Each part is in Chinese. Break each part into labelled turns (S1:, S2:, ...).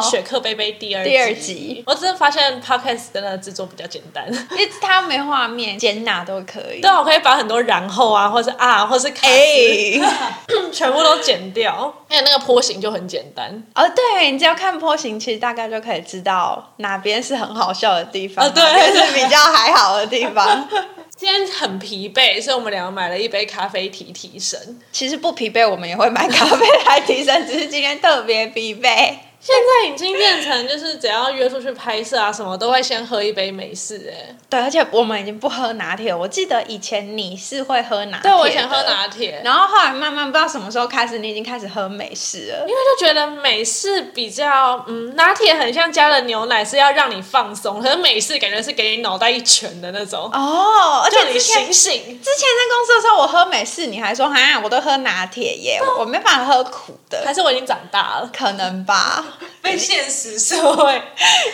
S1: 雪克贝贝》第二
S2: 第二集
S1: 我真的发现 podcast 真的制作比较简单。
S2: 因为它没画面，剪哪都可以。哎
S1: 对啊，我可以把很多然后啊，或是啊，或是卡斯、全部都剪掉，而且哎那个坡形就很简单。
S2: 哦，对，你只要看坡形，其实大概就可以知道哪边是很好笑的地方，
S1: 啊对
S2: 哪边是比较还好的地 方。
S1: 今天很疲惫，所以我们两个买了一杯咖啡提提神。
S2: 其实不疲惫，我们也会买咖啡来提神，只是今天特别疲惫。
S1: 现在已经变成就是只要约出去拍摄啊什么，都会先喝一杯美式、哎，
S2: 对，而且我们已经不喝拿铁了。我记得以前你是会喝拿铁，
S1: 对我以前喝。拿铁，
S2: 然后后来慢慢不知道什么时候开始，你已经开始喝美式了。
S1: 因为就觉得美式比较，嗯，拿铁很像加了牛奶是要让你放松，可是美式感觉是给你脑袋一拳的那种，
S2: 哦，而
S1: 叫
S2: 且
S1: 你
S2: 之前
S1: 醒醒。
S2: 之前在公司的时候，我喝美式，你还说哈，我都喝拿铁耶，我没办法喝苦的，
S1: 还是我已经长大了，
S2: 可能吧，
S1: 被现实社会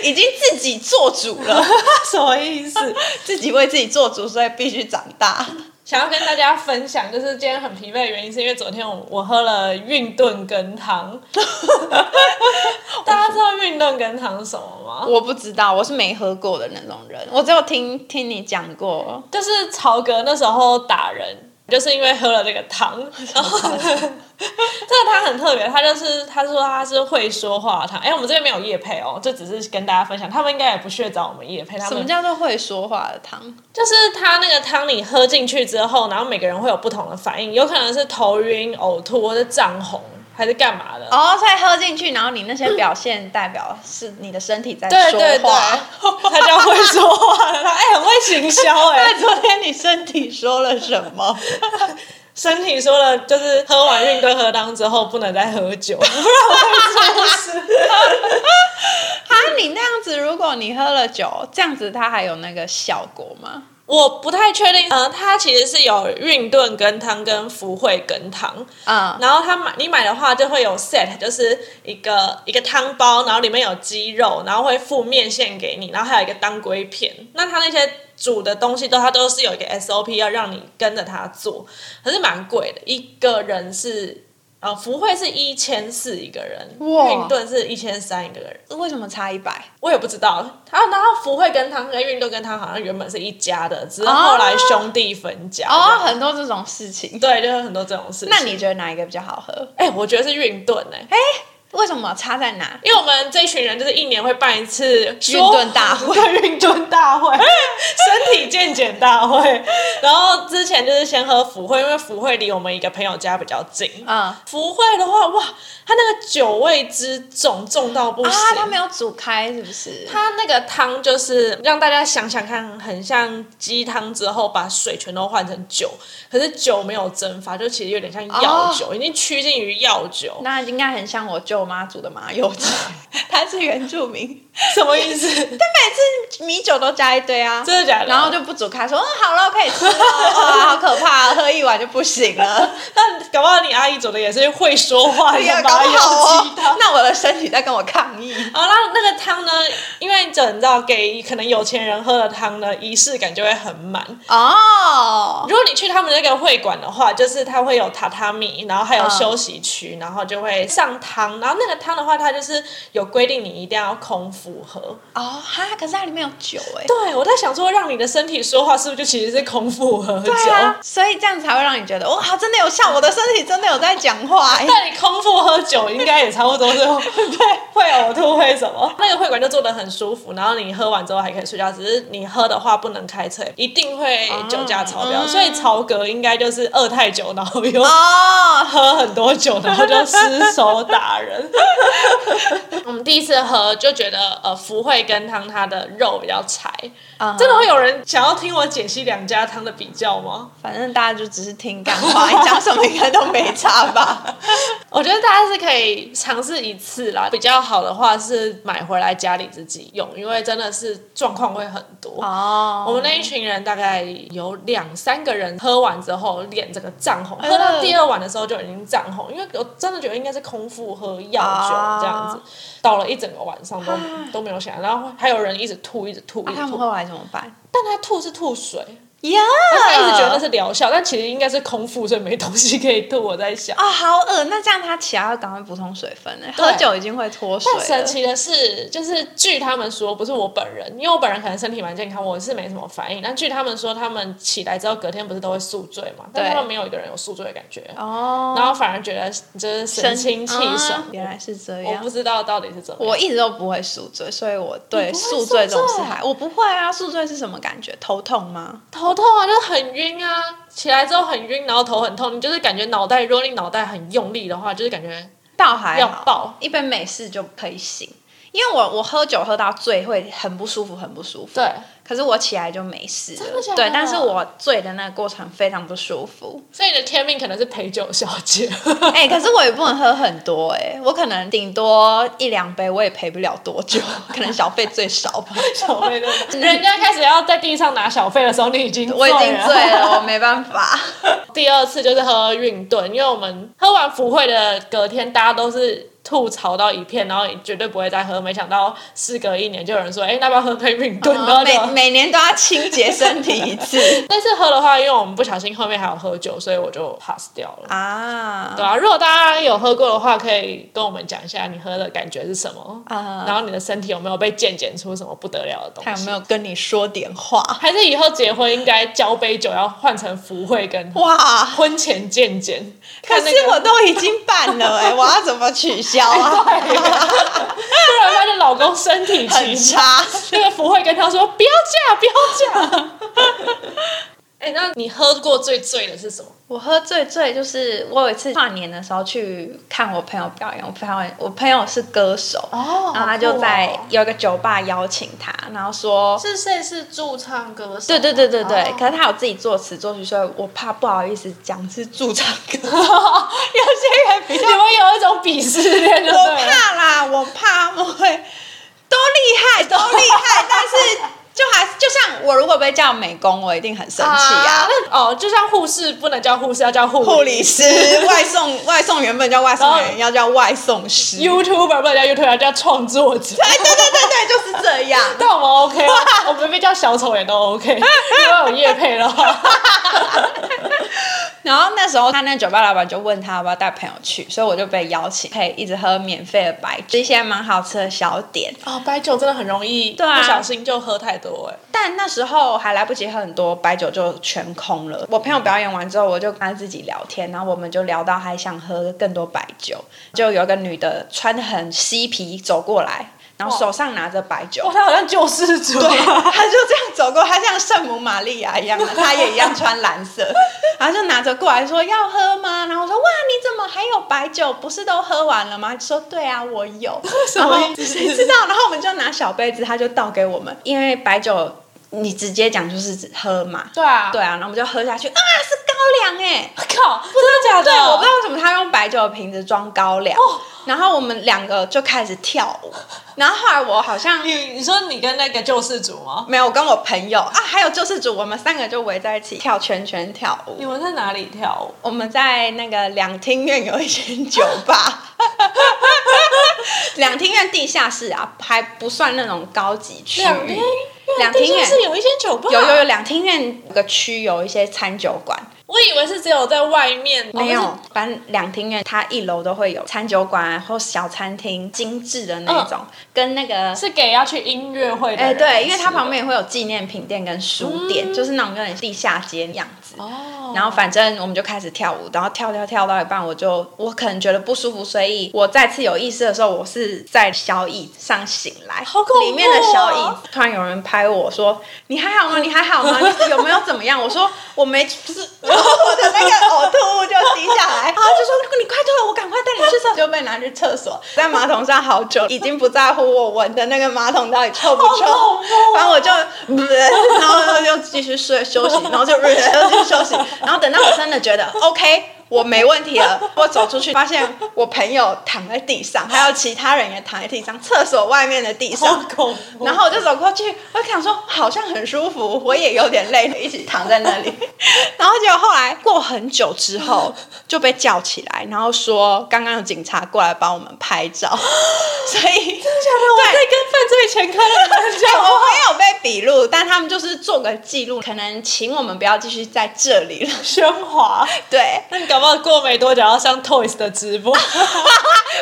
S2: 已经自己做主了，
S1: 什么意思？
S2: 自己为自己做主，所以必须长大。
S1: 想要跟大家分享，就是今天很疲惫的原因，是因为昨天我我喝了运动羹 汤。大家知道运动羹汤是什么吗？
S2: 我不知道，我是没喝过的那种人，我只有听听你讲过。
S1: 就是曹格那时候打人，就是因为喝了这个 汤。然后这个汤很特别，他就是他说他是会说话的汤。哎、我们这边没有叶配哦，这只是跟大家分享。他们应该也不屑找我们叶配，他
S2: 什
S1: 们
S2: 么叫做会说话的汤？
S1: 就是他那个汤你喝进去之后，然后每个人会有不同的反应，有可能是头晕、呕吐，或者涨红，还是干嘛的。
S2: 哦，所以喝进去，然后你那些表现代表是你的身体在
S1: 对
S2: 说
S1: 对对，
S2: 话。
S1: 他叫会说话的，他哎、很会行销哎、
S2: 那昨天你身体说了什么？
S1: 身体说了，就是喝完运动喝汤之后不能再喝酒，不然我会 出事。
S2: 啊，你那样子，如果你喝了酒，这样子它还有那个效果吗？
S1: 我不太确定，呃，它其实是有运动羹汤跟福慧羹汤，
S2: 嗯，
S1: 然后它买你买的话就会有 set，就是一个一个汤包，然后里面有鸡肉，然后会附面线给你，然后还有一个当归片。那它那些煮的东西都它都是有一个 SOP 要让你跟着它做，可是蛮贵的，一个人是。呃，福慧是一千四一个人，
S2: 哇
S1: 运顿是一千三一个人，
S2: 为什么差一百？
S1: 我也不知道。他然后福慧跟汤跟运动跟汤好像原本是一家的，只是
S2: 哦
S1: 后来兄弟分家。
S2: 哦，很多这种事情。
S1: 对，就是很多这种事情。
S2: 那你觉得哪一个比较好喝？
S1: 哎、我觉得是运顿哎、
S2: 为什么差在哪？
S1: 因为我们这群人就是一年会办一次运
S2: 顿大 会，
S1: 运动大 会，身体健检大会。然后之前就是先喝福慧，因为福慧离我们一个朋友家比较近。
S2: 嗯，
S1: 福慧的话，哇，它那个酒味之重，重到不行。
S2: 啊，它没有煮开，是不是？
S1: 它那个汤就是让大家想想看，很像鸡汤之后把水全都换成酒，可是酒没有蒸发，就其实有点像药酒，已经趋近于药酒。
S2: 那应该很像我舅妈煮的麻油鸡， 她是原住民，
S1: 什么 意思？
S2: 米酒都加一堆啊，
S1: 真的假的？
S2: 然后就不煮开，说嗯好了，可以 吃了，哇，好可怕、啊，喝一碗就不行 了，
S1: 那搞不好你阿姨煮的也是会说话
S2: 哎呀搞
S1: 的麻
S2: 不
S1: 油
S2: 好
S1: 鸡
S2: 哦
S1: 汤。，
S2: 那我的身体在跟我抗议。
S1: 好啦，那那个汤呢？因为你知道，给可能有钱人喝的汤呢，仪式感就会很满。
S2: 哦，
S1: 如果你去他们那个会馆的话，就是它会有榻榻米，然后还有
S2: 嗯
S1: 休息区，然后就会上汤。然后那个汤的话，它就是有规定你一定要空腹喝。
S2: 哦哈，可是它里面有酒哎、
S1: 对，我在想说，让你的身体说话是不是就其实是空腹喝酒？
S2: 对啊，所以这样才会让你觉得哇，真的有效，我的身体真的有在讲 话哎、
S1: 但你空腹喝酒，应该也差不多是 对，会呕吐会什么？那个会馆就做的很舒服，然后你喝完之后还可以睡觉，只是你喝的话不能开车，一定会酒驾超标，
S2: 嗯
S1: 所以曹格应该就是二太酒，然后又
S2: 哦，
S1: 喝很多酒，然后就失手打人。 我们第一次喝就觉得，呃，福慧羹汤它的肉比较柴。
S2: 啊
S1: 真的会有人想要听我解析两家汤的比较吗？
S2: 反正大家就只是听干话，你讲什么应该都没差 吧？
S1: 我觉得大家是可以尝试一次啦。比较好的话是买回来家里自己用，因为真的是状况会很多。
S2: 哦，
S1: 我们那一群人大概有两三个人喝完之后脸整个涨红，
S2: 嗯
S1: 喝到第二碗的时候就已经涨红，因为我真的觉得应该是空腹喝药
S2: 啊
S1: 酒这样子，倒了一整个晚上都都没有醒来，然后还有人一直吐，一直吐，一
S2: 啊
S1: 直
S2: 他们
S1: 吐，
S2: 后来怎么办？
S1: 但他吐是吐水，
S2: 呀、
S1: 但是一直觉得那是疗效，但其实应该是空腹，所以没东西可以吐。我在想，
S2: 哦，好恶！那这样他起来要赶快补充水分哎，
S1: 对
S2: 喝酒已经会脱水
S1: 但
S2: 了。
S1: 神奇的是，就是据他们说，不是我本人，因为我本人可能身体蛮健康，我是没什么反应。但据他们说，他们起来之后隔天不是都会宿醉嘛？但
S2: 对
S1: 他们没有一个人有宿醉的感觉，
S2: 哦，
S1: 然后反而觉得就是神清气爽
S2: 啊。原来是这
S1: 我
S2: 样
S1: 不。知道到底是怎么样。
S2: 我一直都不会宿醉，所以我对
S1: 你不会
S2: 宿醉这种事
S1: 宿醉
S2: 还我不会啊。宿醉是什么感觉？头痛吗？
S1: 头痛啊，就是很晕啊，起来之后很晕，然后头很痛，你就是感觉脑袋，如果你脑袋很用力的话，就是感觉
S2: 倒还
S1: 要
S2: 好，
S1: 爆。
S2: 一杯美式就可以醒。因为我我喝酒喝到醉会很不舒服，很不舒服。
S1: 对，
S2: 可是我起来就没事了
S1: 真的假的
S2: 对，但是我醉的那个过程非常不舒 服。
S1: 所以你的天命可能是陪酒小 姐。
S2: 哎、可是我也不能喝很多哎、我可能顶多一两杯，我也陪不了多 久，可能小费最少吧。
S1: 小费的，人家开始要在地上拿小费的时候，你已经
S2: 我已经
S1: 了
S2: 醉了，我没办法。
S1: 第二次就是喝运顿，因为我们喝完福会的隔天，大家都是吐槽到一片，然后也绝对不会再喝。没想到事隔一年，就有人说：“哎、那要不要喝杯运顿？”
S2: 哦
S1: 然后就
S2: 每每年都要清洁身体一 次
S1: 但是喝的话，因为我们不小心后面还有喝酒，所以我就 pass 掉了。
S2: 啊
S1: 对啊，如果大家有喝过的话，可以跟我们讲一下你喝的感觉是什么，然
S2: 啊！
S1: 后你的身体有没有被鉴检出什么不得了的东
S2: 他
S1: 西？
S2: 有没有跟你说点话？
S1: 还是以后结婚应该交杯酒要换成福会跟
S2: 哇！
S1: 婚前健检，
S2: 可
S1: 看那
S2: 是
S1: 个
S2: 我都已经办了哎、我要怎么取消 啊？
S1: 对突然发现老公身体
S2: 很
S1: 奇差，
S2: 差。
S1: 那个福会跟他说不要 嫁，不要嫁。哎、那你喝过最醉的是什 么？
S2: 我喝醉醉就是我有一次跨年的时候去看我朋友表演，我朋友我朋友是歌手，
S1: 哦
S2: 然后他就在有一个酒吧邀请他，然后说。
S1: 是谁是驻唱歌手？
S2: 对对对对对，
S1: 哦
S2: 可是他有自己作词作曲，所以我怕不好意思讲是驻唱歌手，有些人比
S1: 你们有一种鄙视 链，就对
S2: 我
S1: 了。
S2: 怕啦，我怕他们会都厉 害，都厉害，但是就还就像我如果被叫美工，我一定很生气啊。
S1: 那哦，就像护士不能叫护士，要叫 护
S2: 护理师、外送外送原本叫外送
S1: 然
S2: 员，
S1: 后
S2: 要叫外送师。
S1: YouTuber 不能叫 YouTuber，要叫创作 者。
S2: 哎，对对对对，就是这样。
S1: 但我们 OK，啊我们被叫小丑也都 OK，因为有叶配的话，
S2: 然后那时候他那酒吧老板就问他要不要带朋友去，所以我就被邀请，可以一直喝免费的白酒，一些蛮好吃的小点。
S1: 哦，白酒真的很容易，
S2: 对啊
S1: 不小心就喝太多哎、
S2: 但那时候还来不及喝很多白酒就全空了。我朋友表演完之后，我就跟他自己聊天，然后我们就聊到还想喝更多白酒，就有一个女的穿得很嬉皮走过来，然后手上拿着白酒
S1: 哇，。他好像救世主，
S2: 对，他就这样走过，他像圣母玛利亚一样，他也一样穿蓝 色，然后就拿着过来说要喝吗？然后我说哇，你怎么还有白酒？不是都喝完了吗？说对啊，我 有。
S1: 什
S2: 然后
S1: 么意思
S2: 谁知道？然后我们就拿小杯子，他就倒给我们，因为白酒你直接讲就是喝嘛。
S1: 对啊，
S2: 对啊，然后我们就喝下去啊，是高粱哎、
S1: 靠，真的假的？
S2: 对，我不知道为什么他用白酒的瓶子装高粱，
S1: 哦
S2: 然后我们两个就开始跳舞，然后后来我好像
S1: 你你说你跟那个救世主吗？
S2: 没有，我跟我朋友啊，还有救世主，我们三个就围在一起跳圈圈跳舞
S1: 你。们在哪里跳舞？
S2: 我们在那个两厅院有一间酒吧， 两厅院地下室啊，还不算那种高级区
S1: 两厅
S2: 域
S1: 院。
S2: 两厅
S1: 地
S2: 院
S1: 下室有一些酒吧，
S2: 有有有，两厅院有个区有一些餐酒馆，
S1: 我以为是只有在外面，
S2: 没有
S1: 哦，
S2: 反正两厅院它一楼都会有餐酒馆啊或小餐厅，精致的那种，跟那个
S1: 哦是是给要去音乐会的
S2: 哎、
S1: 人吃的，嗯
S2: 对，因为它旁边也会有纪念品店跟书店，就是那种有点地下街的样子。
S1: 哦，
S2: 然后反正我们就开始跳舞，然后跳跳跳到一半，我就我可能觉得不舒服，所以我再次有意识的时候，我是在小椅子上醒来，
S1: 好恐怖哦
S2: 里面的小椅子突然有人拍我说：“你还好吗？你还 好吗？你有没有怎么样？”我说：“我没，不是。” 然后我的那个呕吐物就滴下 来，然后啊就说：“你快吐了，我赶快带你去厕所。”就被拿去厕所，在马桶上好久，已经不在乎我闻的那个马桶到底臭不臭。
S1: 好恐怖哦
S2: 然后我就， 然后又继续睡休息，然后就 又继续休息，然后等到我真的觉得 OK。我没问题了。我走出去，发现我朋友躺在地上，还有其他人也躺在地上，厕所外面的地
S1: 好
S2: 上。
S1: 恐怖，
S2: 然后我就走过去，我就想说好像很舒服，我也有点累，一起躺在那里。 然后结果后来过很久之后就被叫起来，然后说刚刚有警察过来帮我们拍照，所以
S1: 真的假的？我在跟犯罪前科的人
S2: 对，
S1: 讲
S2: 我
S1: 话，
S2: 没有被笔录，但他们就是做个记录，可能请我们不要继续在这里了。
S1: 喧哗。
S2: 对，哎
S1: 那你搞不好过没多久要上 Toys 的直 播，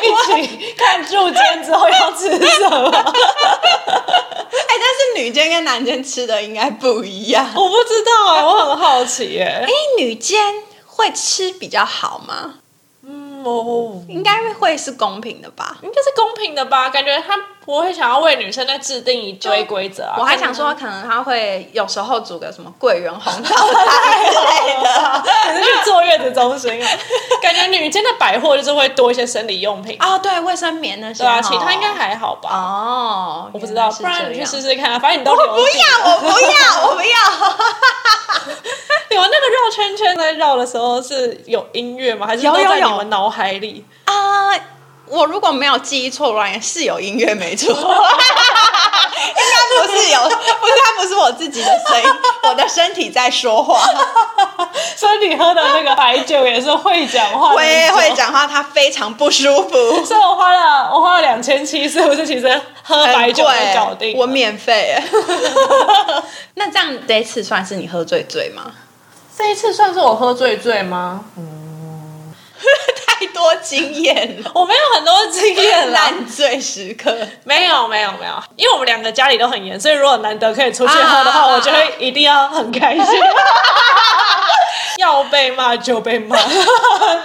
S1: 一起看住间之后要吃什么？
S2: 哎，但是女监跟男监吃的应该不一样。
S1: 我不知道哎、我很好奇哎、
S2: 哎，女监会吃比较好吗？
S1: 嗯，我我
S2: 应该会是公平的吧。
S1: 应该是公平的吧？感觉他不会想要为女生再制定一堆规则啊。
S2: 我还想说，可能他会有时候煮个什么桂圆红枣汤之类 的。
S1: 可能去坐月子中心啊， 感觉女间的百货就是会多一些生理用品，
S2: 哦，对，卫生棉那些
S1: 对
S2: 哦。
S1: 啊，其他应该还好吧？
S2: 哦，
S1: 我不知道，不
S2: 原来是
S1: 然你
S2: 这
S1: 去
S2: 样
S1: 试试看啊，反正你都
S2: 我
S1: 留
S2: 不
S1: 底
S2: 要，我不要，我不要。
S1: 你们那个绕圈圈在绕的时候是有音乐吗？还是
S2: 有
S1: 都
S2: 有
S1: 在
S2: 有
S1: 你们脑海里？
S2: 啊、我如果没有记忆错乱，是有音乐没错，应该不是有，不是它不是我自己的声音，我的身体在说 话。
S1: 所以你喝的那个白酒也是会讲话的那
S2: 会
S1: 种，
S2: 会讲话，它非常不舒服，
S1: 所以我花了我花了两千七，是不是？其实喝白酒
S2: 很贵
S1: 就搞定了。
S2: 我免费。哎 那这样这一次算是你喝醉醉吗？
S1: 这一次算是我喝醉醉吗？
S2: 太多经验 了，
S1: 我没有很多经验啦，
S2: 烂醉时刻。
S1: 没有没有没有，因为我们两个家里都很严，所以如果难得可以出去喝
S2: 啊
S1: 的话，
S2: 啊啊
S1: 我就会一定要很开心。 要被骂就被 骂，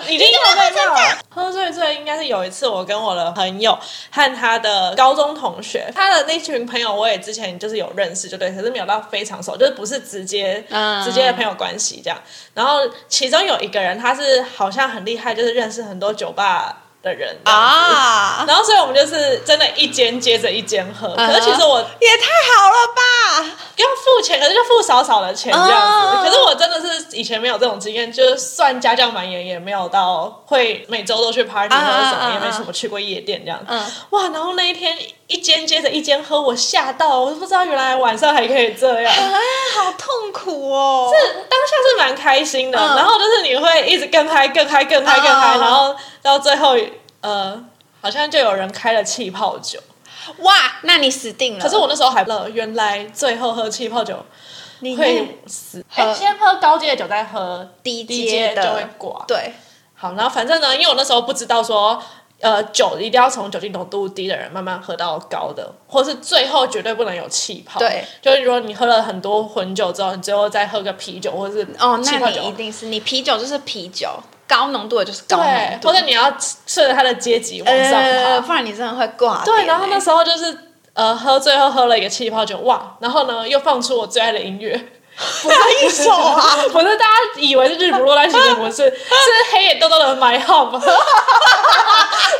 S1: 已经要被骂了。喝醉醉应该是有一次，我跟我的朋友和他的高中同学，他的那群朋友我也之前就是有认识，就对，可是没有到非常熟，就是不是直接、
S2: 嗯
S1: 直接的朋友关系这样。然后其中有一个人，他是好像很厉害，就是认识很多酒吧的人这样子
S2: 啊，
S1: 然后，所以我们就是真的一间接着一间喝。可是其
S2: 嗯
S1: 实我
S2: 也太好了吧！
S1: 要付钱，可是就付少少的钱这样
S2: 嗯
S1: 子。可是我真的是以前没有这种经验，就是算家教蛮严，也没有到会每周都去 party
S2: 嗯
S1: 或者什
S2: 嗯嗯
S1: 么，也没
S2: 嗯
S1: 什么去过夜店这样。
S2: 嗯
S1: 哇！然后那一天一间接着一间喝，我吓到，我都不知道原来晚上还可以 这样。
S2: 啊，好痛苦哦！
S1: 当下是蛮开心的，
S2: 嗯
S1: 然后就是你会一直更嗨、更嗨、更嗨、更嗨，
S2: 嗯
S1: 然后到最后，呃，好像就有人开了气泡酒。
S2: 哇，那你死定了。
S1: 可是我那时候还不知道，原来最后喝气泡酒
S2: 你
S1: 会死。
S2: 喝
S1: 哎先喝高阶的酒，再喝
S2: 低
S1: 低
S2: 阶
S1: 阶
S2: 的
S1: 就会挂。
S2: 对，
S1: 好，然后反正呢，因为我那时候不知道说，呃，酒一定要从酒精浓度低的人慢慢喝到高的，或是最后绝对不能有气泡。
S2: 对，
S1: 就是如果你喝了很多混酒之后，你最后再喝个啤酒或是
S2: 哦，
S1: 气
S2: 那
S1: 泡
S2: 你
S1: 酒。
S2: 一定是你啤酒就是啤酒，高浓度的就是高浓
S1: 对，
S2: 度
S1: 或，者你要顺着它的阶级往上爬，
S2: 呃，不然你真的会挂点欸。
S1: 对，然后那时候就是呃喝醉后喝了一个气泡酒，哇！然后呢又放出我最爱的音乐，
S2: 哪一首啊？
S1: 不是大家以为是日不落，但其实不是， 是黑眼豆豆的 My Home。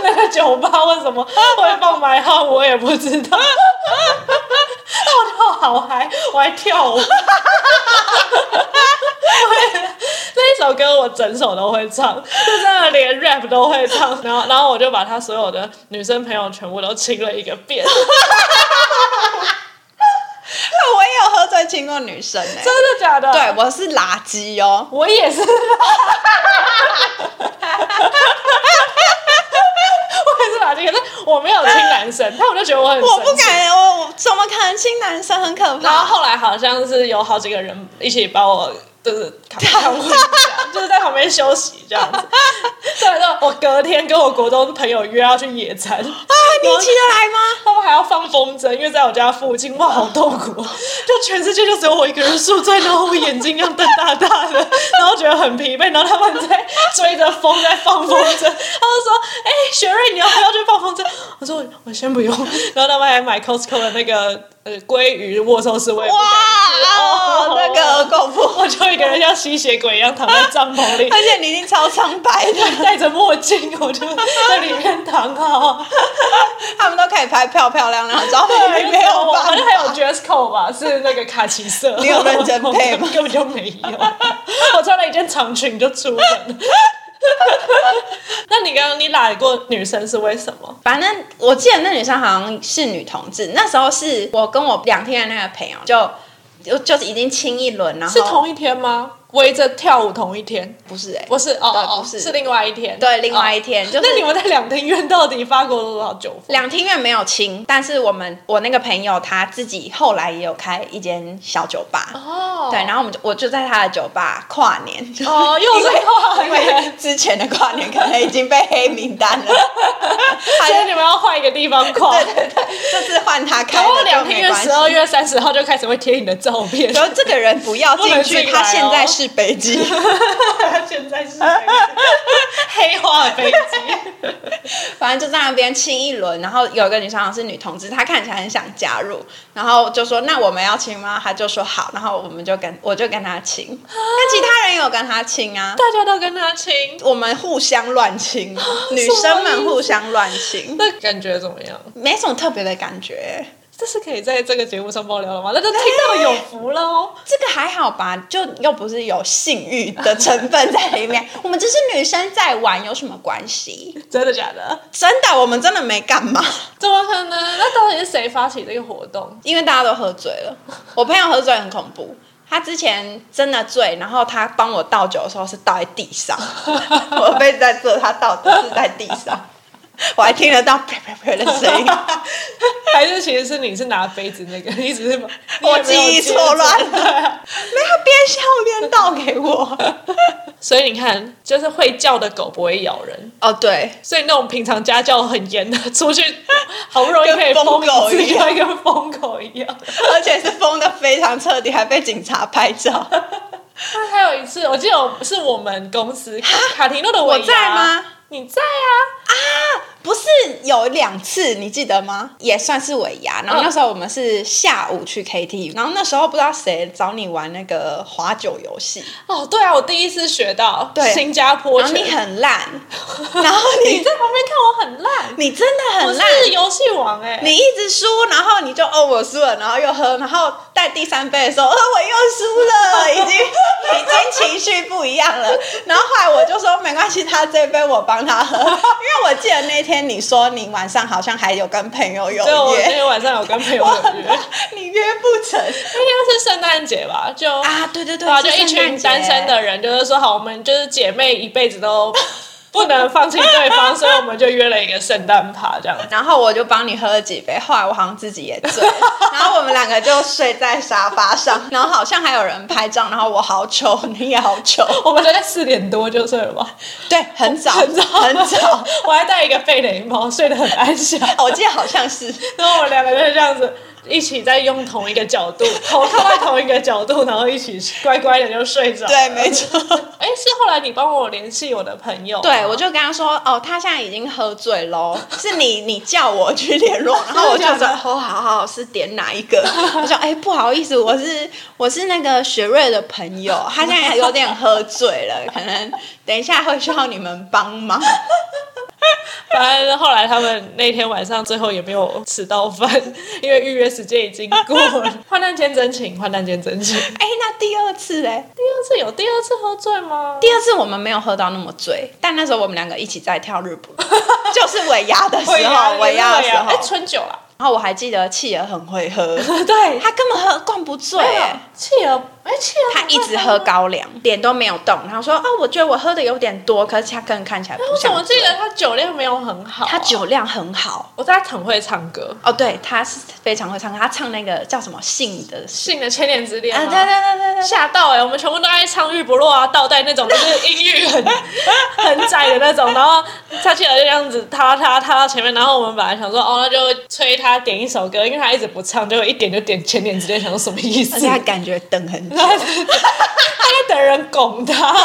S1: 那个酒吧为什么会放 My Home，我也不知道。那我就好嗨，我还跳舞。 那一首歌我整首都会唱，就真的连 rap 都会唱。然后，然后我就把他所有的女生朋友全部都亲了一个遍。
S2: 我也有喝醉亲过女生哎，
S1: 真的假的？
S2: 对，我是垃圾哦。
S1: 我也是。我 也是把这个，但我没有亲男生，但我就觉得我很
S2: 我不
S1: 生气。
S2: 敢，我我怎么可能亲男生？很可
S1: 然后
S2: 怕。
S1: 后来好像是有好几个人一起把我就是扛扛回家， 就是在旁边休息这样 子。所以说我隔天跟我国中朋友约要去野餐，
S2: 啊，你起得来吗？
S1: 他们还要放风筝，因为在我家附近，哇，好痛苦！就全世界就只有我一个人宿醉，然后我眼睛一样瞪大大的，然后觉得很疲惫，然后他们在追着风在放风筝，他就说：“哎、雪瑞，你要不要去放风筝？”我说：“我我先不用。”然后他们还买 Costco 的那个呃鲑鱼握寿司，我也不敢吃
S2: 哇，
S1: 哦
S2: 哦，那个恐怖，
S1: 我就一个人像吸血鬼一样躺在帐篷 里，
S2: 而且你已经超苍白的，
S1: 戴着墨镜，我就在里面躺好。
S2: 他们都可以拍漂漂亮亮的照
S1: 对，
S2: 片，你没有办
S1: 好像还有
S2: 法。
S1: dress code 吧，是那个卡其色。
S2: 你有认真配吗
S1: 我根本就没有，我穿了一件长裙就出门了。 那你刚刚你拉过女生是为什么？
S2: 反正我记得那女生好像是女同志，那时候是我跟我两天的那个朋友就就就是已经亲一轮，然后
S1: 是同一天吗？围着跳舞同一天，
S2: 不是哎、
S1: 不是哦
S2: 对
S1: 哦，
S2: 不是
S1: 是另外一天，
S2: 对另外一天
S1: 哦
S2: 就是
S1: 那你们在两天院到底发过多少 酒疯？
S2: 两厅院没有清，但是我们我那个朋友他自己后来也有开一间小酒吧，
S1: 哦
S2: 对，然后我们就我就在他的酒吧跨年，
S1: 哦又是跨年
S2: 因为因为之前的跨年可能已经被黑名单 了，他
S1: 所以你们要换一个地方跨。
S2: 对对对，这次换他开
S1: 然后
S2: 了
S1: 两
S2: 就
S1: 天
S2: 没
S1: 院
S2: 关系
S1: 十。二月三十号就开始会贴你的照片，
S2: 然后这个人不要
S1: 不能
S2: 进去，
S1: 进来
S2: 他
S1: 哦
S2: 现在是北极，
S1: 现在是黑化的飞 机，
S2: 反正就在那边亲一轮。然后有一个女生好像是女同志，她看起来很想加入，然后就说那我们要亲吗？她就说好，然后我们就跟我就跟她亲，但其他人有跟她亲啊。
S1: 大家都跟他亲，
S2: 我们互相乱亲，女生们互相乱亲，
S1: 那感觉怎么样？
S2: 没什么特别的感觉。
S1: 这是可以在这个节目上爆料了吗？那就听到有福哦喽。
S2: 这个还好吧，就又不是有性欲的成分在里面， 我们只是女生在玩，有什么关系？
S1: 真的假的？
S2: 真的，我们真的没干嘛，
S1: 怎么可能？那到底是谁发起这个活动？
S2: 因为大家都喝醉了。我朋友喝醉很恐怖，他之前真的醉，然后他帮我倒酒的时候是倒在地上，我被在做他倒的是在地上，我还听得到 啪啪啪的声音。
S1: 还是其实是你是拿杯子那个，你只 是
S2: 我记忆错乱了，没 有边笑边倒给我。
S1: 所以你看，就是会叫的狗不会咬人，
S2: 哦，对，
S1: 所以那种平常家教很严的，出去 好不容易可以
S2: 跟疯狗
S1: 一次
S2: 一样
S1: 就跟疯狗一样。
S2: 而且是封的非常彻底，还被警察拍照。
S1: 那还有一次，我记得我是我们公司卡提诺的尾牙
S2: 我在吗？
S1: 你在啊？
S2: 不是有两次，你记得吗？也算是尾牙。
S1: 嗯
S2: 然后那时候我们是下午去 KTV，然后那时候不知道谁找你玩那个划酒游戏，
S1: 哦，对啊，我第一次学到
S2: 对
S1: 新加坡
S2: 然后
S1: 拳，
S2: 你很 烂， 然后
S1: 你
S2: 你
S1: 在旁边看我很烂，
S2: 你真的
S1: 我
S2: 很烂。
S1: 是游戏王哎、
S2: 你一直输，然后你就哦我输了，然后又喝，然后在第三杯的时候，哦我又输了，已经已经情绪不一 样了。然后后来我就说没关系，他这杯我帮他喝，因为我记得那天你说你晚上好像还有跟朋友有
S1: 对，我那
S2: 约，
S1: 天晚上有跟朋友
S2: 我
S1: 有
S2: 很
S1: 约，
S2: 怕 你约不成
S1: 那天是圣诞节吧？就
S2: 啊，对对对
S1: 对啊，就一
S2: 是圣诞
S1: 群
S2: 节
S1: 单身的人，就是说好，我们就是姐妹一辈子都不能放弃对方，所以我们就约了一个圣诞趴这样子。
S2: 然后我就帮你喝了几杯，后来我好像自己也醉， 然后我们两个就睡在沙发上，然后好像还有人拍照，然后我好糗，你也好糗，
S1: 我们大概四点多就睡了吧，
S2: 对，很早
S1: 很早
S2: 很 早，
S1: 我还带一个贝雷猫，睡得很安详。
S2: 我记得好像是，
S1: 然后我们两个就是这样子一起在用同一个角 度，头靠在同一个角度，然后一起乖乖的就睡着。
S2: 对，没。错。
S1: 哎，是后来你帮我联系我的朋友，
S2: 对，我就跟他说，哦，他现在已经喝醉 喽，是你你叫我去联络，然后我就
S1: 真的
S2: 说，哦，
S1: 假的
S2: 好好好，是点哪一个？我说，哎、不好意思，我是我是那个雪瑞的朋友，他现在有点喝醉了，可能等一下会需要你们帮 忙。哎
S1: 反正后来他们那天晚上最后也没有吃到饭，因为预约时间已经过 了。患难见真情，患难见真情。第
S2: 哎、那第二次嘞？
S1: 二次有第二次喝醉吗？
S2: 第二次我们没有喝到那么醉，但那时候我们两个一起在跳日不 落，就是尾牙的时候，尾啊牙的时候
S1: 哎，，春酒啦。
S2: 然后我还记得企鹅很会喝，
S1: 对，
S2: 他根本喝灌不醉、
S1: 没有
S2: 欸，
S1: 企鹅，哎，企鹅，
S2: 他一直喝。高粱，脸都没有动。然后说：“哦，我觉得我喝的有点多，可是他个人看起来不
S1: 我怎
S2: 像。”
S1: 么记得他酒量没有很好啊、
S2: 他酒量很好？
S1: 我在很会唱歌，
S2: 哦，对，他是非常会唱歌，他唱那个叫什么信的
S1: 《性的千年之恋》
S2: 啊，
S1: 吗
S2: 对对对对对，
S1: 吓到哎、欸！我们全部都爱唱日不落啊、倒带那种，就是音域很很窄的那种。然后他进来就这样子，踏踏踏到前面。然后我们本来想说，哦，那就催他点一首歌，因为他一直不唱，就一点就点前点之恋，想说什么 意思？
S2: 而且他
S1: 他在
S2: 感觉等很久，
S1: 等人拱他。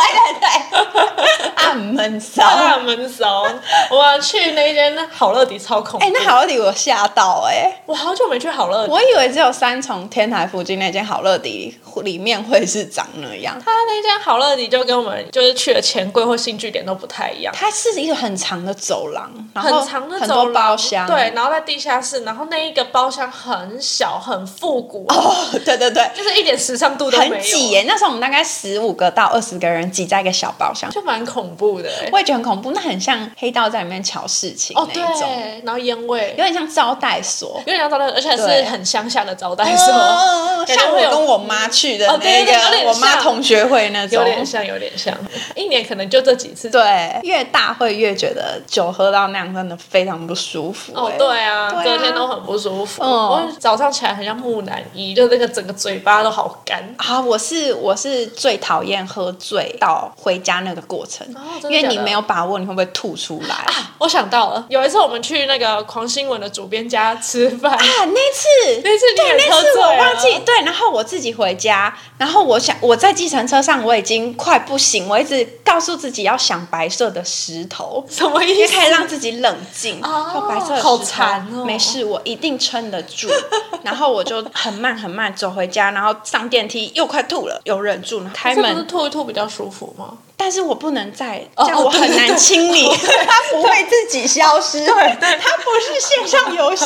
S2: 暗闷骚。
S1: 大闷骚，我要去那间好乐迪超恐怖。
S2: 哎、那好乐迪我吓到哎、
S1: 我好久没去好乐迪，
S2: 我以为只有三重天台附近那间好乐迪里面会是长那样，
S1: 他那间好乐迪就跟我们就是去的钱柜或新据点都不太一样。
S2: 它是一个很长的走廊，然后
S1: 很长的
S2: 很
S1: 走
S2: 多
S1: 廊，
S2: 包厢，
S1: 对，然后在地下室，然后那一个包厢很小，很复古，
S2: 哦，对对对，
S1: 就是一点时尚度都都没有
S2: 很挤耶。那时候我们大概十五个到二十个人挤在一个小包厢，
S1: 就蛮恐怖的、欸。
S2: 我也觉得很恐怖。那很像黑道在里面瞧事情
S1: 哦，
S2: 那
S1: 对
S2: 一种，，
S1: 然后烟味，
S2: 有点像招待所
S1: 有。点像招待，而且是
S2: 对
S1: 很乡下的招待所，
S2: 嗯
S1: 感觉
S2: 像
S1: 会
S2: 我
S1: 有
S2: 跟我妈去的
S1: 哦对
S2: 那
S1: 对对有点
S2: 个，我妈
S1: 像
S2: 同学会那种
S1: 有，点像，有点像。一年可能就这几次。
S2: 对，越大会越觉得酒喝到那样真的非常不舒服、
S1: 哦
S2: 欸，
S1: 对啊，
S2: 对啊
S1: 隔天都很不舒服。
S2: 嗯
S1: 我早上起来很像木乃伊，就那个整个嘴巴都好干。
S2: 啊，我是我是最讨厌喝醉到回家那个过程，
S1: 哦真的
S2: 因为
S1: 假
S2: 你
S1: 的
S2: 没有把握你会不会吐出来啊
S1: 我想到了，有一次我们去那个狂新闻的主编家吃饭，
S2: 啊那次
S1: 那次你
S2: 对
S1: 也
S2: 那
S1: 喝
S2: 次
S1: 醉啊
S2: 我
S1: 了
S2: 忘记对，然后我自己回家，然后我想我在计程车上我已经快不行，我一直告诉自己要想白色的石头。
S1: 什么
S2: 因
S1: 意
S2: 为
S1: 思？
S2: 可以让自己冷静，
S1: 哦
S2: 要白色的石头
S1: 好馋哦
S2: 没事，我一定撑得住。然后我就很慢很慢走回家，然后上电梯又快吐了，有忍住，然后开
S1: 这不是
S2: 门，
S1: 吐一吐比较舒服吗？
S2: 但是我不能再，
S1: 哦
S2: 这样我很难清 理，它不会自己消 失，对，它不是线上游戏，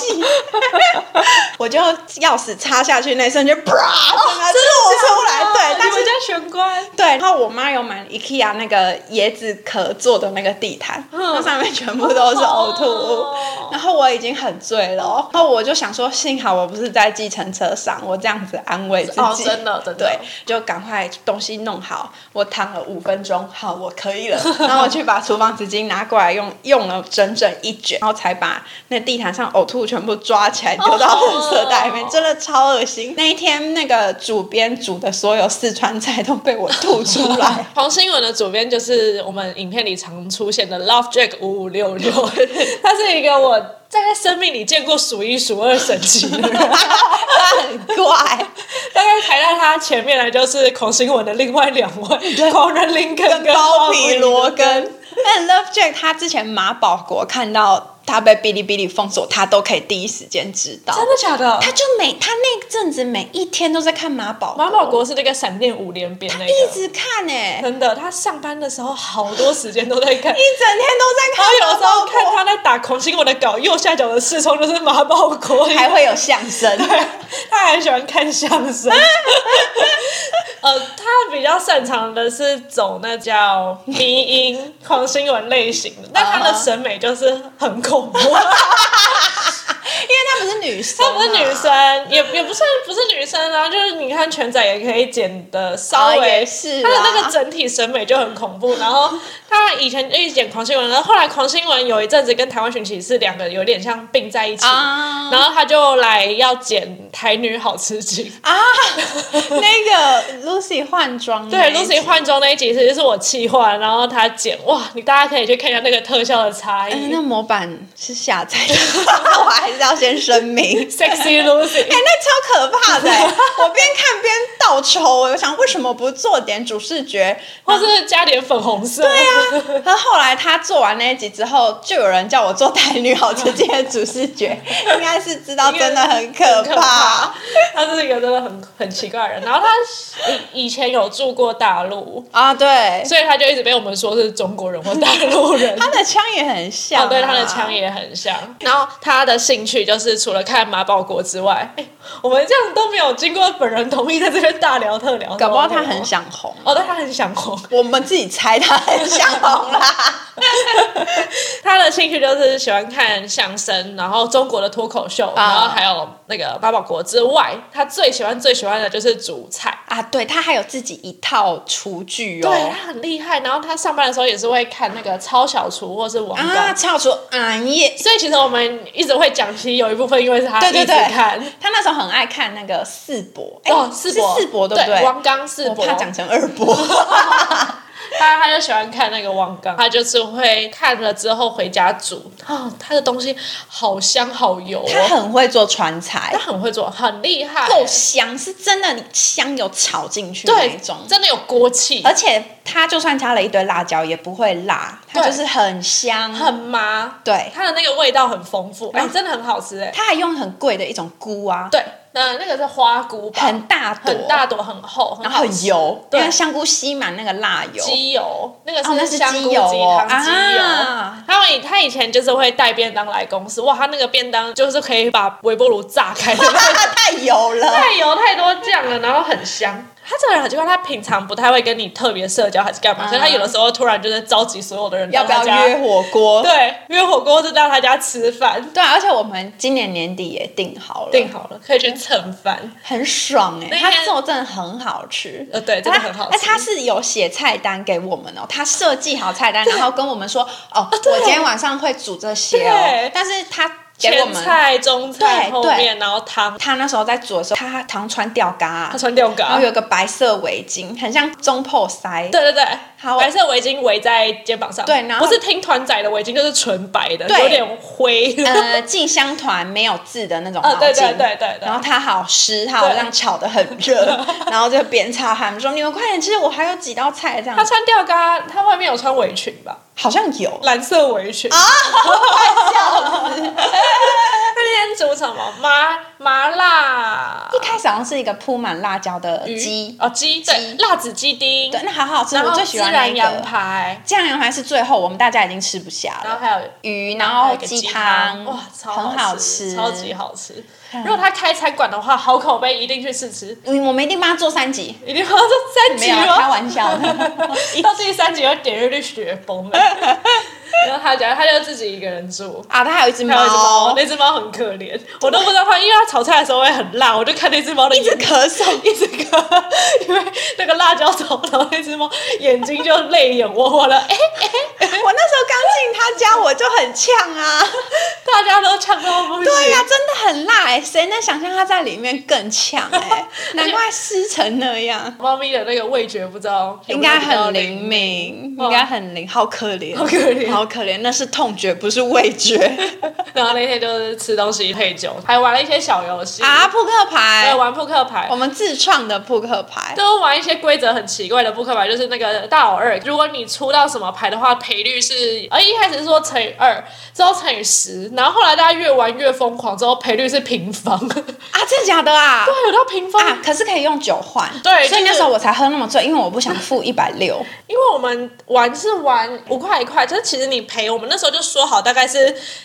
S2: 我就钥匙插下去那一瞬间，啪，整个吐出来，对，但
S1: 你们
S2: 是
S1: 家。玄关
S2: 对，然后我妈有买 IKEA 那个椰子壳做的那个地毯，那上面全部都是呕吐物
S1: 嗯哦。
S2: 然后我已经很醉了哦，然后我就想说，幸好我不是在计程车上，我这样子安慰自己。
S1: 哦真的真的
S2: 对，就赶快东西弄好。我躺了五分钟，好，我可以了。然后我去把厨房纸巾拿过来用，用了整整一卷，然后才把那地毯上呕吐物全部抓起 来丢到垃圾袋里面
S1: 哦，。
S2: 真的超恶心。那一天，那个主编煮的所有四川菜都被我吐出 来
S1: 黄新闻的主编就是我们影片里常出现的 Love Jack 五五六 六，他是一个我在他生命里见过数一数二神奇 的人。
S2: 他很怪，
S1: 大概排在他前面的就是狂新闻的另外两位，狂人林肯跟
S2: 包皮
S1: 皮
S2: 罗根。。但 Love Jack 他之前马保国看到他被哔哩哔哩封锁，他都可以第一时间知道。
S1: 真的假的？
S2: 他就每他那阵子每一天都在看马保
S1: 马保国是那个闪电五连鞭那
S2: 一
S1: 个，
S2: 直看欸呢、一整天
S1: 真的，他上班的时候好多时间都在看。
S2: 都在看
S1: 他。有时候看
S2: 他，
S1: 他在打狂新闻的稿，右下角的视窗就是马保国，
S2: 还会有相声。
S1: 他还喜欢看相声。 呃，他比较擅长的是走那叫迷音、狂新闻类型的，但他
S2: 啊
S1: 的审美就是很恐怖。
S2: 因为她不是女生、啊
S1: 她不是女，生，也也不算不是女生啊，就是你看全仔也可以剪的稍
S2: 哦
S1: 微
S2: 也是
S1: 她的
S2: 啦
S1: 那个整体审美就很恐怖。然 后她以前一直剪狂新闻，然后后来狂新闻有一阵子跟台湾寻奇是两个有点像并在一起，
S2: 啊
S1: 然后她就来要剪台女好吃鸡。
S2: 啊，那个 Lucy 换装那
S1: 对
S2: 一集，
S1: ，Lucy 换装那一集其实是我气换，然后她剪，哇，你大家可以去看一下那个特效的差
S2: 哎，
S1: 异。
S2: 那模板是下载 的，我还是要先声明。
S1: Sexy Lucy，
S2: 哎、那超可怕的、哎我边看边倒抽、哎我想为什么不做点主视觉？
S1: 或是加点粉红色。对
S2: 对啊，然后后来他做完那一集之后，就有人叫我做台女好直接的主视 觉，应该是知道真的很可怕。。
S1: 他是一个真的很很奇怪的人，然后他以以前有住过大陆，
S2: 啊，对，
S1: 所以他就一直被我们说是中国人或大陆人。
S2: 他啊的枪也很像、
S1: 哦，对，他的腔。也很像。然后他的兴趣就是除了看马保国之外，哎，我们这样都没有经过本人同意，在这边大聊特聊，
S2: 搞不好他很。想红，
S1: 哦，对，他很想红。
S2: 我们自己猜他很想红啦。
S1: 他的兴趣就是喜欢看相声，然后中国的脱口
S2: 啊
S1: 秀，然后还有那个马保国之外，他最喜欢最喜欢的就是煮菜。
S2: 啊，对他还有自己一套厨具哦。
S1: 对他很厉害，然后他上班的时候也是会看那个超小厨或是王刚，
S2: 啊，翘楚俺也。
S1: 所以其实我们一直会讲，其实有一部分因为是他
S2: 对
S1: 一
S2: 对
S1: 直
S2: 对，
S1: 看，
S2: 他那时候很爱看那个四博，哎、
S1: 哦，
S2: 是
S1: 世博
S2: 四博对
S1: 对
S2: 不对？
S1: 王刚世
S2: 我
S1: 博，
S2: 怕讲成二 博。
S1: 他他就喜欢看那个王刚，他就是会看了之后回家煮啊、他的东西好香好油
S2: 他
S1: 哦，
S2: 很会做川菜
S1: 他，很会做，很厉害，
S2: 够香，是真的香有炒进去那
S1: 对
S2: 一种，。
S1: 真的有锅气，
S2: 而且他就算加了一堆辣椒也不会辣，它
S1: 对
S2: 就是很香。
S1: 很麻，
S2: 对
S1: 它的那个味道很丰富，哎、
S2: 然后
S1: 真的很好吃哎，
S2: 他还用很贵的一种菇啊，
S1: 对，那那个是花菇吧，
S2: 很大朵，
S1: 很大朵，很厚，
S2: 然
S1: 好
S2: 后
S1: 吃
S2: 很油，因
S1: 对
S2: 为，香菇吸满那个辣油。
S1: 鸡油，那
S2: 哦
S1: 个
S2: 那是
S1: 香菇
S2: 鸡
S1: 鸡
S2: 油
S1: 汤
S2: 哦
S1: 鸡油
S2: 啊。
S1: 他们以他以前就是会带便当来公司，哇，他那个便当就是可以把微波炉炸开的那种，
S2: 太油了，
S1: 太油太多酱了，然后很香。他这个人很奇怪，他平常不太会跟你特别社交还是干嘛，所以他有的时候突然就是召集所有的人
S2: 啊要
S1: 到
S2: 不
S1: 他
S2: 要
S1: 家，
S2: 约火锅？
S1: 对，约火锅就到他家吃饭，
S2: 对啊，而且我们今年年底也订好了，
S1: 定好了可以去蹭饭。
S2: 很爽哎、
S1: 那天
S2: 它做真的很好吃。
S1: 呃对真的很好吃
S2: 哎，它是有写菜单给我们哦，它设计好菜单，然后跟我们 说哦，我今天晚上会煮这些哦
S1: 对，
S2: 但是它给我
S1: 前
S2: 们。
S1: 菜、中菜
S2: 对
S1: 后
S2: 对
S1: 面，然后汤，
S2: 他那时候在煮的时候，他常穿吊嘎、啊
S1: 他啊穿吊
S2: 然
S1: 嘎
S2: 后，有一个白色围巾，很像中破塞。
S1: 对对对，
S2: 好
S1: 白色围巾围在肩膀上，
S2: 对然后
S1: 不是听团仔的围巾，就是纯白的，
S2: 对
S1: 有点灰，
S2: 呃，进香团没有字的那种毛巾，
S1: 啊对对对对对
S2: 然后它好湿，它好 像炒的很热，然后就边擦汗说：“你们快点吃，我还有几道菜。”这样
S1: 他，穿吊嘎，他外面有穿围裙吧？
S2: 好像有，
S1: 蓝色围裙啊！ 那天煮什么麻麻辣
S2: 一开始好像是一个铺满辣椒的
S1: 鱼
S2: 鸡，
S1: 哦鸡对
S2: 鸡
S1: 辣子鸡丁，
S2: 对，那好好吃，
S1: 然
S2: 我
S1: 后
S2: 最喜
S1: 孜
S2: 欢那
S1: 然羊
S2: 个。
S1: 排，
S2: 酱羊排是最后，我们大家已经吃不下
S1: 然后
S2: 了。
S1: 还有
S2: 鱼，然后
S1: 一个
S2: 鸡
S1: 汤，
S2: 汤，
S1: 哇，超
S2: 很
S1: 好
S2: 吃，嗯
S1: 超级。好吃。如果他开餐馆的话，好口碑一定去试吃，
S2: 嗯，我们一定帮他做三集，
S1: 一定要做三
S2: 没
S1: 集
S2: 有开
S1: 哦。
S2: 玩笑的。
S1: 到第三集，要点阅率雪崩了。 然后他讲，他就自己一个人住，
S2: 啊，他还有一只
S1: 还有一只猫
S2: 猫，，
S1: 那只猫很可怜，我都不知道它，因为它炒菜的时候会很辣，我就看那只猫的
S2: 一直
S1: 眼 睛
S2: 咳嗽。
S1: 一直咳，因为那个辣椒炒到那只猫眼睛就泪眼汪 汪了。哎、
S2: 我那时候刚进他家，我就很呛啊。
S1: 大家都呛到不行。
S2: 对呀、真的很辣哎、谁能想象他在里面更呛 哎、难怪湿成那样。
S1: 猫咪的那个味觉不知道有
S2: 应
S1: 没有
S2: 该
S1: 比较
S2: 很灵敏，应该很灵，好可怜，
S1: 好可怜
S2: 好可怜，那是痛觉，不是味觉
S1: 然后那天就是吃东西配酒，还玩了一些小游戏
S2: 啊！，扑克
S1: 对，
S2: 牌，
S1: 玩扑克牌
S2: 我。们自创的扑克牌，
S1: 都玩一些规则很奇怪的扑克牌，就是那个大老二，如果你出到什么牌的话，赔率是呃一开始是说乘以二，之后乘以十，然后后来大家越玩越疯狂，之后赔率是平方， 对，
S2: 啊，真的假的啊？
S1: 有到平方，
S2: 啊，可是可以用酒换，
S1: 对
S2: 所以
S1: 就
S2: 那
S1: 是
S2: 时候我才喝那么醉，因为我不想付一百六，
S1: 因为我们玩是玩五块一块，就是其实你赔我们那时候就说好大概是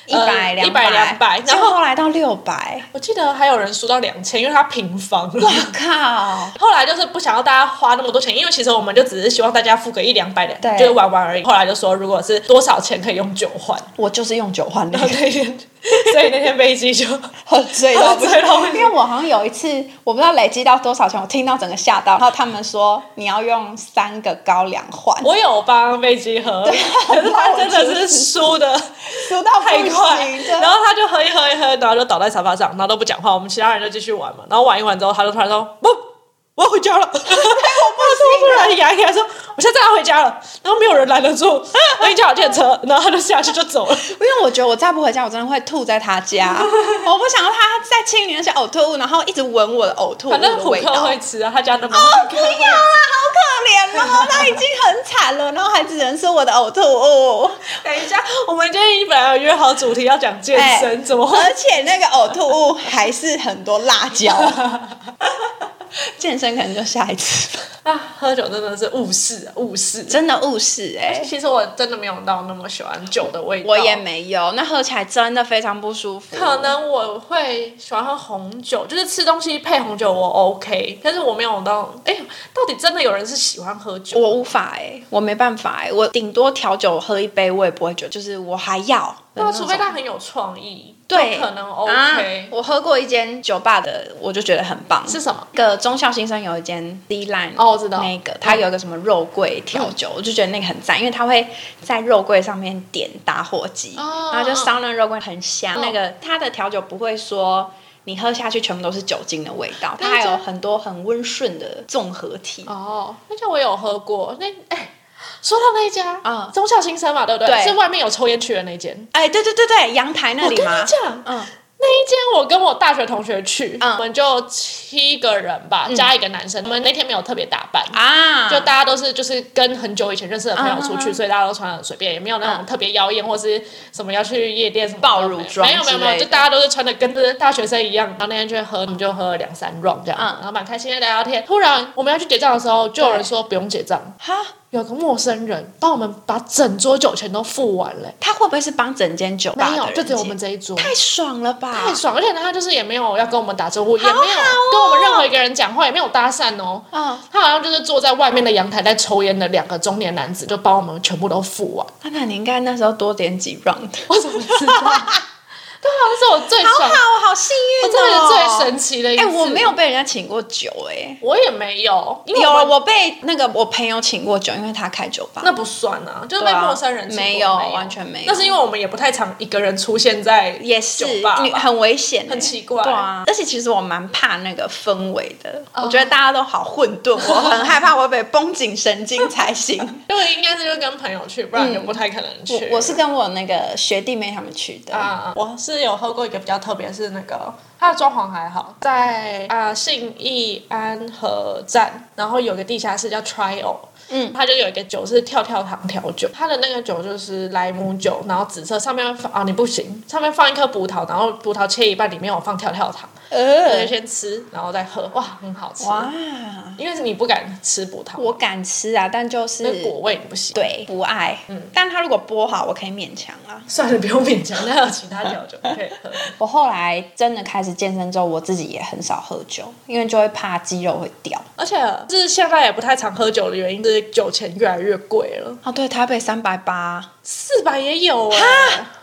S2: 一百
S1: 呃一
S2: 两
S1: 百两百，
S2: 结
S1: 然
S2: 果
S1: 后
S2: 后来到六百，
S1: 我记得还有人输到两千，因为他平方 了。
S2: 我靠！
S1: 后来就是不想要大家花那么多钱，因为其实我们就只是希望大家付个一两百
S2: 对
S1: 的，就是玩玩而已。后来就说如果是多少钱可以用酒换，
S2: 我就是用酒换的
S1: 然，后那天，所以那天飞机就
S2: 喝醉到不行
S1: 喝醉到不。行，
S2: 因为我好像有一次，我不知道累积到多少钱，我听到整个吓到，然后他们说你要用三个高粱换
S1: 我有帮飞机喝，可是他真的是输的。
S2: 输到
S1: 太
S2: 不
S1: 快，
S2: 行真的
S1: 然后他就喝一喝一喝，然后就倒在沙发上，然后都不讲话。我们其他人就继续玩嘛，然后玩一玩之后，他就突然说：“不，我要回家了。”我不突然扬起来说：“我现在要回家了。”然后没有人拦得住，我已经叫好电车，然后他就下去就走了。
S2: 因为我觉得我再不回家，我真的会吐在他家。我不想要他在清理那些呕吐物，然后一直闻我的呕吐物
S1: 反正
S2: 的
S1: 虎
S2: 味道。
S1: 克会吃啊，他家的猫。
S2: 不要啦，好可怜哦，他已经很惨了，然后还只能吃我的呕吐物。
S1: 等一下，哎我们今天本来有约好主题要讲健身，怎么会？
S2: 而且那个呕吐物还是很多辣 椒。健身可能就下一次吧，
S1: 啊，喝酒真的是误事啊，误事。
S2: 真的误事哎、
S1: 其实我真的没有到那么喜欢酒的味道，
S2: 我也没有，那喝起来真的非常不舒服。
S1: 可能我会喜欢喝红酒，就是吃东西配红酒我 OK，但是我没有到哎、到底真的有人是喜欢喝酒？
S2: 我无法哎、我没办法哎、我顶多调酒喝一杯，我也不会觉得，就是我还要的
S1: 那
S2: 那
S1: 啊除
S2: 种。
S1: 非他很有创意，
S2: 对，
S1: 就可能
S2: 啊
S1: OK。
S2: 我喝过一间酒吧的，我就觉得很棒。
S1: 是什么？
S2: 那个中校新生有一间 D Line
S1: 哦我知道
S2: 那个它有一个什么肉桂调酒，我就觉得那个很赞，因为它会在肉桂上面点打火机，
S1: 哦
S2: 然后就烧那肉桂很香。
S1: 哦
S2: 那个它的调酒不会说。你喝下去全部都是酒精的味道，它
S1: 那
S2: 还
S1: 就
S2: 有很多很温顺的综合体。
S1: 哦，那家我有喝过，那哎、说到那一家
S2: 嗯
S1: 中校新生嘛，对不对？
S2: 对
S1: 是外面有抽烟区的那间。
S2: 哎、对对对对，阳台那
S1: 我跟
S2: 里
S1: 你
S2: 吗？
S1: 讲，
S2: 嗯，
S1: 那一间我跟我大学同学去，
S2: 嗯
S1: 我们就七个人吧，加一个男生。我们那天没有特别打扮，
S2: 啊，
S1: 就大家都是就是跟很久以前认识的朋友出
S2: 嗯嗯
S1: 去，
S2: 嗯
S1: 所以大家都穿得很随便，也没有那种
S2: 嗯
S1: 特别妖艳或是什么要去夜店什么
S2: 暴
S1: 都
S2: 乳
S1: 没有
S2: 装
S1: 没有没有
S2: 之
S1: 没
S2: 类
S1: 有，
S2: 的
S1: 就大家都是穿的跟就是大学生一样。然后那天去喝，我们就喝了两三 round 这样，
S2: 嗯
S1: 然后蛮开心的聊聊天。突然我们要去结账的时候，就有人
S2: 对
S1: 说不用结账，
S2: 哈，
S3: 有个陌生人帮我们把整桌酒全都付完了、
S2: 他会不会是帮整间酒吧
S3: 没
S2: 的
S3: 有，
S2: 人
S3: 就只有我
S2: 结
S3: 们这一桌。
S2: 太爽了吧！
S3: 太爽，而且他就是也没有要跟我们打招呼，也没有
S2: 好好哦
S3: 跟我们任何一个人讲话，也没有搭讪哦。
S2: 嗯，
S3: 他好像就是坐在外面的阳台在抽烟的两个中年男子，就帮我们全部都付完。
S2: 那那你应该那时候多点几 round。
S3: 我怎么知道？对啊，这是我最
S2: 好
S3: 爽，
S2: 好，好幸
S3: 我
S2: 运、哦，
S3: 真的是最神。奇的一次。
S2: 哎、我没有，被人家请过酒、哎。
S3: 我也没有，因为
S2: 有
S3: 我
S2: 了，
S3: 们
S2: 我被那个我朋友请过酒，因为他开酒吧。
S1: 那不算啊，就是被
S2: 对啊
S1: 陌生人经过
S2: 没有完全没有
S1: 那是因为我们也不太常一个人出现在
S2: 也是
S1: 酒吧吧
S2: 你很危险欸、
S1: 很奇怪哦
S2: 对啊，而且其实我蛮怕那个氛围的，我觉得大家都好混沌，我很害怕我会被绷紧神经才 行。
S1: 因为应该是就跟朋友去，不然就不太可能去。
S2: 嗯我我是跟我那个学弟妹他们去的，
S1: 啊，我是有喝过一个比较特别，是那个它的装潢还好，在啊、信义安和站，然后有个地下室叫 Trio。
S2: 嗯
S1: 它就有一个酒是跳跳糖调酒，它的那个酒就是莱姆酒，然后紫色，上面会放啊你不行，上面放一颗葡萄，然后葡萄切一半，里面有放跳跳糖，我就
S2: 呃，
S1: 先吃，然后再喝，哇，很好吃，
S2: 哇，
S1: 因为你不敢吃葡萄，
S2: 我敢吃啊，但就是
S1: 那果嗯味你不行，
S2: 对不爱，但他如果剥好，我可以勉强啊。
S1: 算了，不用勉强，那还有其他调酒可以喝。
S2: 我后来真的开始健身之后，我自己也很少喝酒，因为就会怕肌肉会掉。
S1: 而且就是现在也不太常喝酒的原因，就是酒钱越来越贵了，
S2: 哦，对，台北三百八，
S1: 四百也有哎、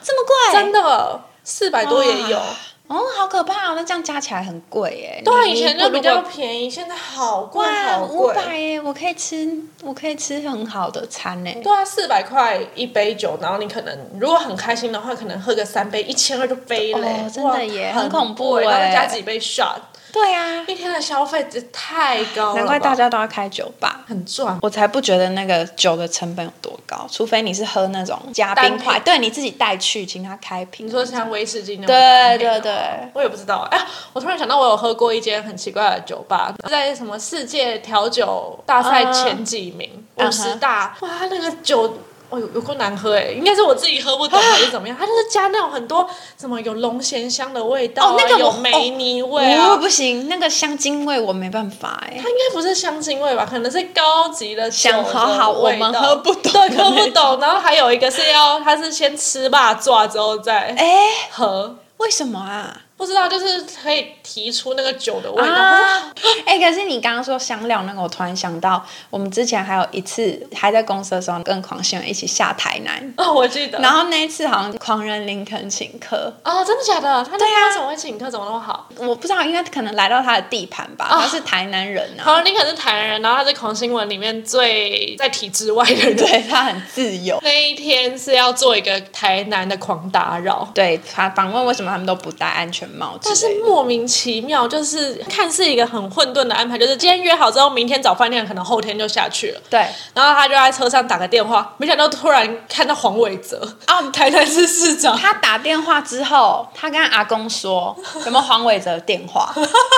S2: 这么贵，
S1: 真的四百多也有。
S2: 哇哦，好可怕、哦！那这样加起来很贵耶。
S1: 对啊，
S2: 你
S1: 以前就比较便宜，现在好贵
S2: 哇，
S1: 好
S2: 啊五
S1: 贵。
S2: 百耶！我可以吃，我可以吃很好的餐呢。
S1: 对啊，四百块一杯酒，然后你可能如果很开心的话，可能喝个三杯，一千二就飞了、
S2: 哦真的
S1: 哇
S2: 耶
S1: 很
S2: 很恐怖
S1: 贵然后
S2: 哎
S1: 再加几杯 shot，
S2: 对啊，
S1: 一天的消费值太高了吧，
S2: 难怪大家都要开酒吧。
S1: 很赚。
S2: 我才不觉得那个酒的成本有多高，除非你是喝那种加冰
S1: 单
S2: 块，
S1: 品
S2: 对，你自己带去，请他开瓶。
S1: 你说像威士忌那种哎
S2: 对
S1: 单品
S2: 对
S1: 吗
S2: 对，
S1: 我也不知道。哎、我突然想到，我有喝过一间很奇怪的酒吧，在什么世界调酒大赛前几名，五
S2: 嗯
S1: 十、大。哇，它那个酒。哦，有有够难喝哎，应该是我自己喝不懂还是 怎么样？它就是加那种很多什么有龙涎香的味道啊、
S2: 哦那个
S1: 有
S2: 我
S1: 梅尼味啊，
S2: 哦我不行，那个香精味我没办法哎
S1: 它。应该不是香精味吧？可能是高级的酒的
S2: 想好好我
S1: 味
S2: 们
S1: 道
S2: 喝不懂
S1: 对，
S2: 的
S1: 喝不
S2: 那
S1: 懂。然后还有一个是要，它是先吃霸抓之后再
S2: 哎，
S1: 喝。
S2: 为什么啊？
S1: 不知道，就是可以提出那个酒的味道。
S2: 啊！哎、可是你刚刚说香料那个，我突然想到，我们之前还有一次还在公司的时候，跟狂新人一起下台南，
S1: 哦，我记得。
S2: 然后那一次好像狂人林肯请客，
S1: 哦，真的假的？他
S2: 对
S1: 那
S2: 啊
S1: 他怎么会请客？怎么那么好？
S2: 我不知道，应该可能来到他的地盘吧，
S1: 哦
S2: 他是台南人
S1: 好
S2: 啊，
S1: 像林肯是台南人，然后他是狂新闻里面最在体制外的人。
S2: 对他很自由。
S1: 那一天是要做一个台南的狂打扰。
S2: 对他访问为什么他们都不戴安全帽之
S1: 但
S2: 类
S1: 是
S2: 的，
S1: 莫名其妙，就是看似一个很混沌的安排，就是今天约好之后，明天早饭店可能后天就下去了。
S2: 对，
S1: 然后他就在车上打个电话，没想到突然看到黄伟哲，
S2: 哦，
S1: 台南市市长，
S2: 他打电话之后，他跟阿公说有没有黄伟哲的电 话？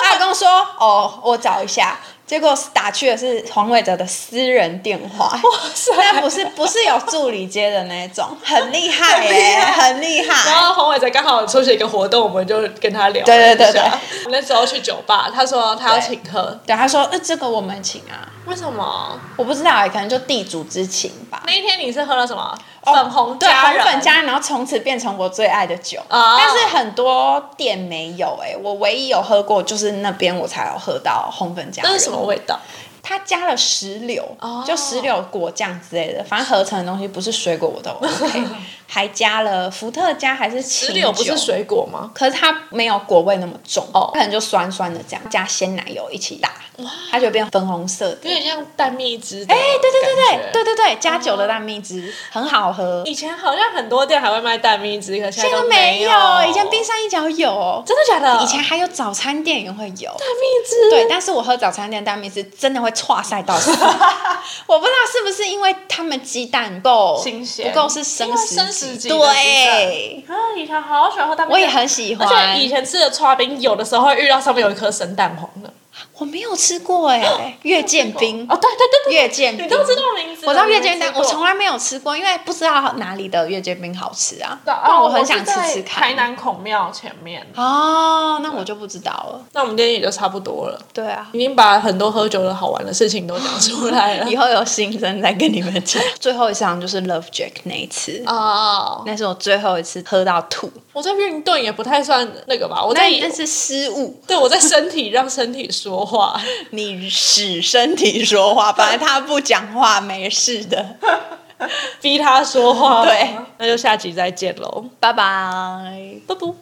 S2: 他阿公说哦，我找一下。结果打去的是黄伟哲的私人电话，
S1: 塞
S2: 那不是不是有助理接的那种，很厉害 耶、很厉
S1: 然
S2: 害。
S1: 后洪伟哲刚好有出席一个活动，我们就跟他聊了一下。
S2: 对对对对
S1: 我们那时候去酒吧，他说他要请客，
S2: 对，他说呃，这个我们请啊，
S1: 为什么？
S2: 我不知道哎耶，可能就地主之情吧。
S1: 那一天你是喝了什么？
S2: 哦
S1: 粉红
S2: 对
S1: 佳
S2: 红
S1: 人。
S2: 粉佳人，然后从此变成我最爱的酒。
S1: 哦
S2: 但是很多店没有哎、我唯一有喝过就是那边我才有喝到红粉佳人。
S1: 那是什么味道？
S2: 它加了石榴，
S1: 哦
S2: 就石榴果酱之类的，反正合成的东西不是水果我都 OK，还加了伏特加还是
S1: 石
S2: 石
S1: 榴不是，水果吗？
S2: 可是它没有果味那么重，
S1: 哦
S2: 它可能就酸酸的这样，加鲜奶油一起打，它就变粉红色的。
S1: 有点像蛋蜜汁的。
S2: 哎、对对对对对
S1: 对。
S2: 对对，加酒的大蜜
S1: 哦
S2: 汁、很好喝，
S1: 以前好像很多店还会卖蛋蜜汁，可现在
S2: 现在
S1: 都
S2: 没
S1: 有。
S2: 以前冰山一角有，
S1: 真的假的？
S2: 以前还有早餐店也会有。
S1: 蛋蜜汁。
S2: 对，但是我喝早餐店蛋面是真的会岔晒到 死，我不知道是不是因为他们鸡蛋不够
S1: 新鲜
S2: 不够是生食
S1: 因为生食级的
S2: 对，
S1: 啊，以前好喜欢喝蛋蜜
S2: 我
S1: 汁。
S2: 也很喜
S1: 而且
S2: 欢。
S1: 以前吃的刨冰，有的时候会遇到上面有一颗生蛋黄的。
S2: 我没有吃过哎、月见冰，
S1: 哦，对对对对对
S2: 月见
S1: 你
S2: 冰，
S1: 都知道名字哦记得
S2: 我知道月见
S1: 没
S2: 冰
S1: 吃，过
S2: 我从来没有吃过，因为不知道哪里的月见冰好吃啊。
S1: 对啊
S2: 但我很
S1: 是
S2: 想吃
S1: 在
S2: 吃
S1: 台
S2: 看。
S1: 南孔庙前面，
S2: 哦，那我就不知道了。
S1: 那我们今天也就差不多了，
S2: 对 啊，
S1: 已经把很多喝酒的好玩的事情都讲出来了
S2: 以。 后有新增再跟你们讲。最后一项就是 Love Jack 那一次，
S1: 啊、
S2: 那是我最后一次喝到吐，
S1: 我在运动也不太算那个吧，我在
S2: 那那是失误，
S1: 对我在身体让身体说话。
S2: 你使身体说话，本来他不讲话没事的。
S1: 逼他说话。
S2: 对，
S1: 那就下集再见喽，
S2: 拜拜。
S1: 拜拜。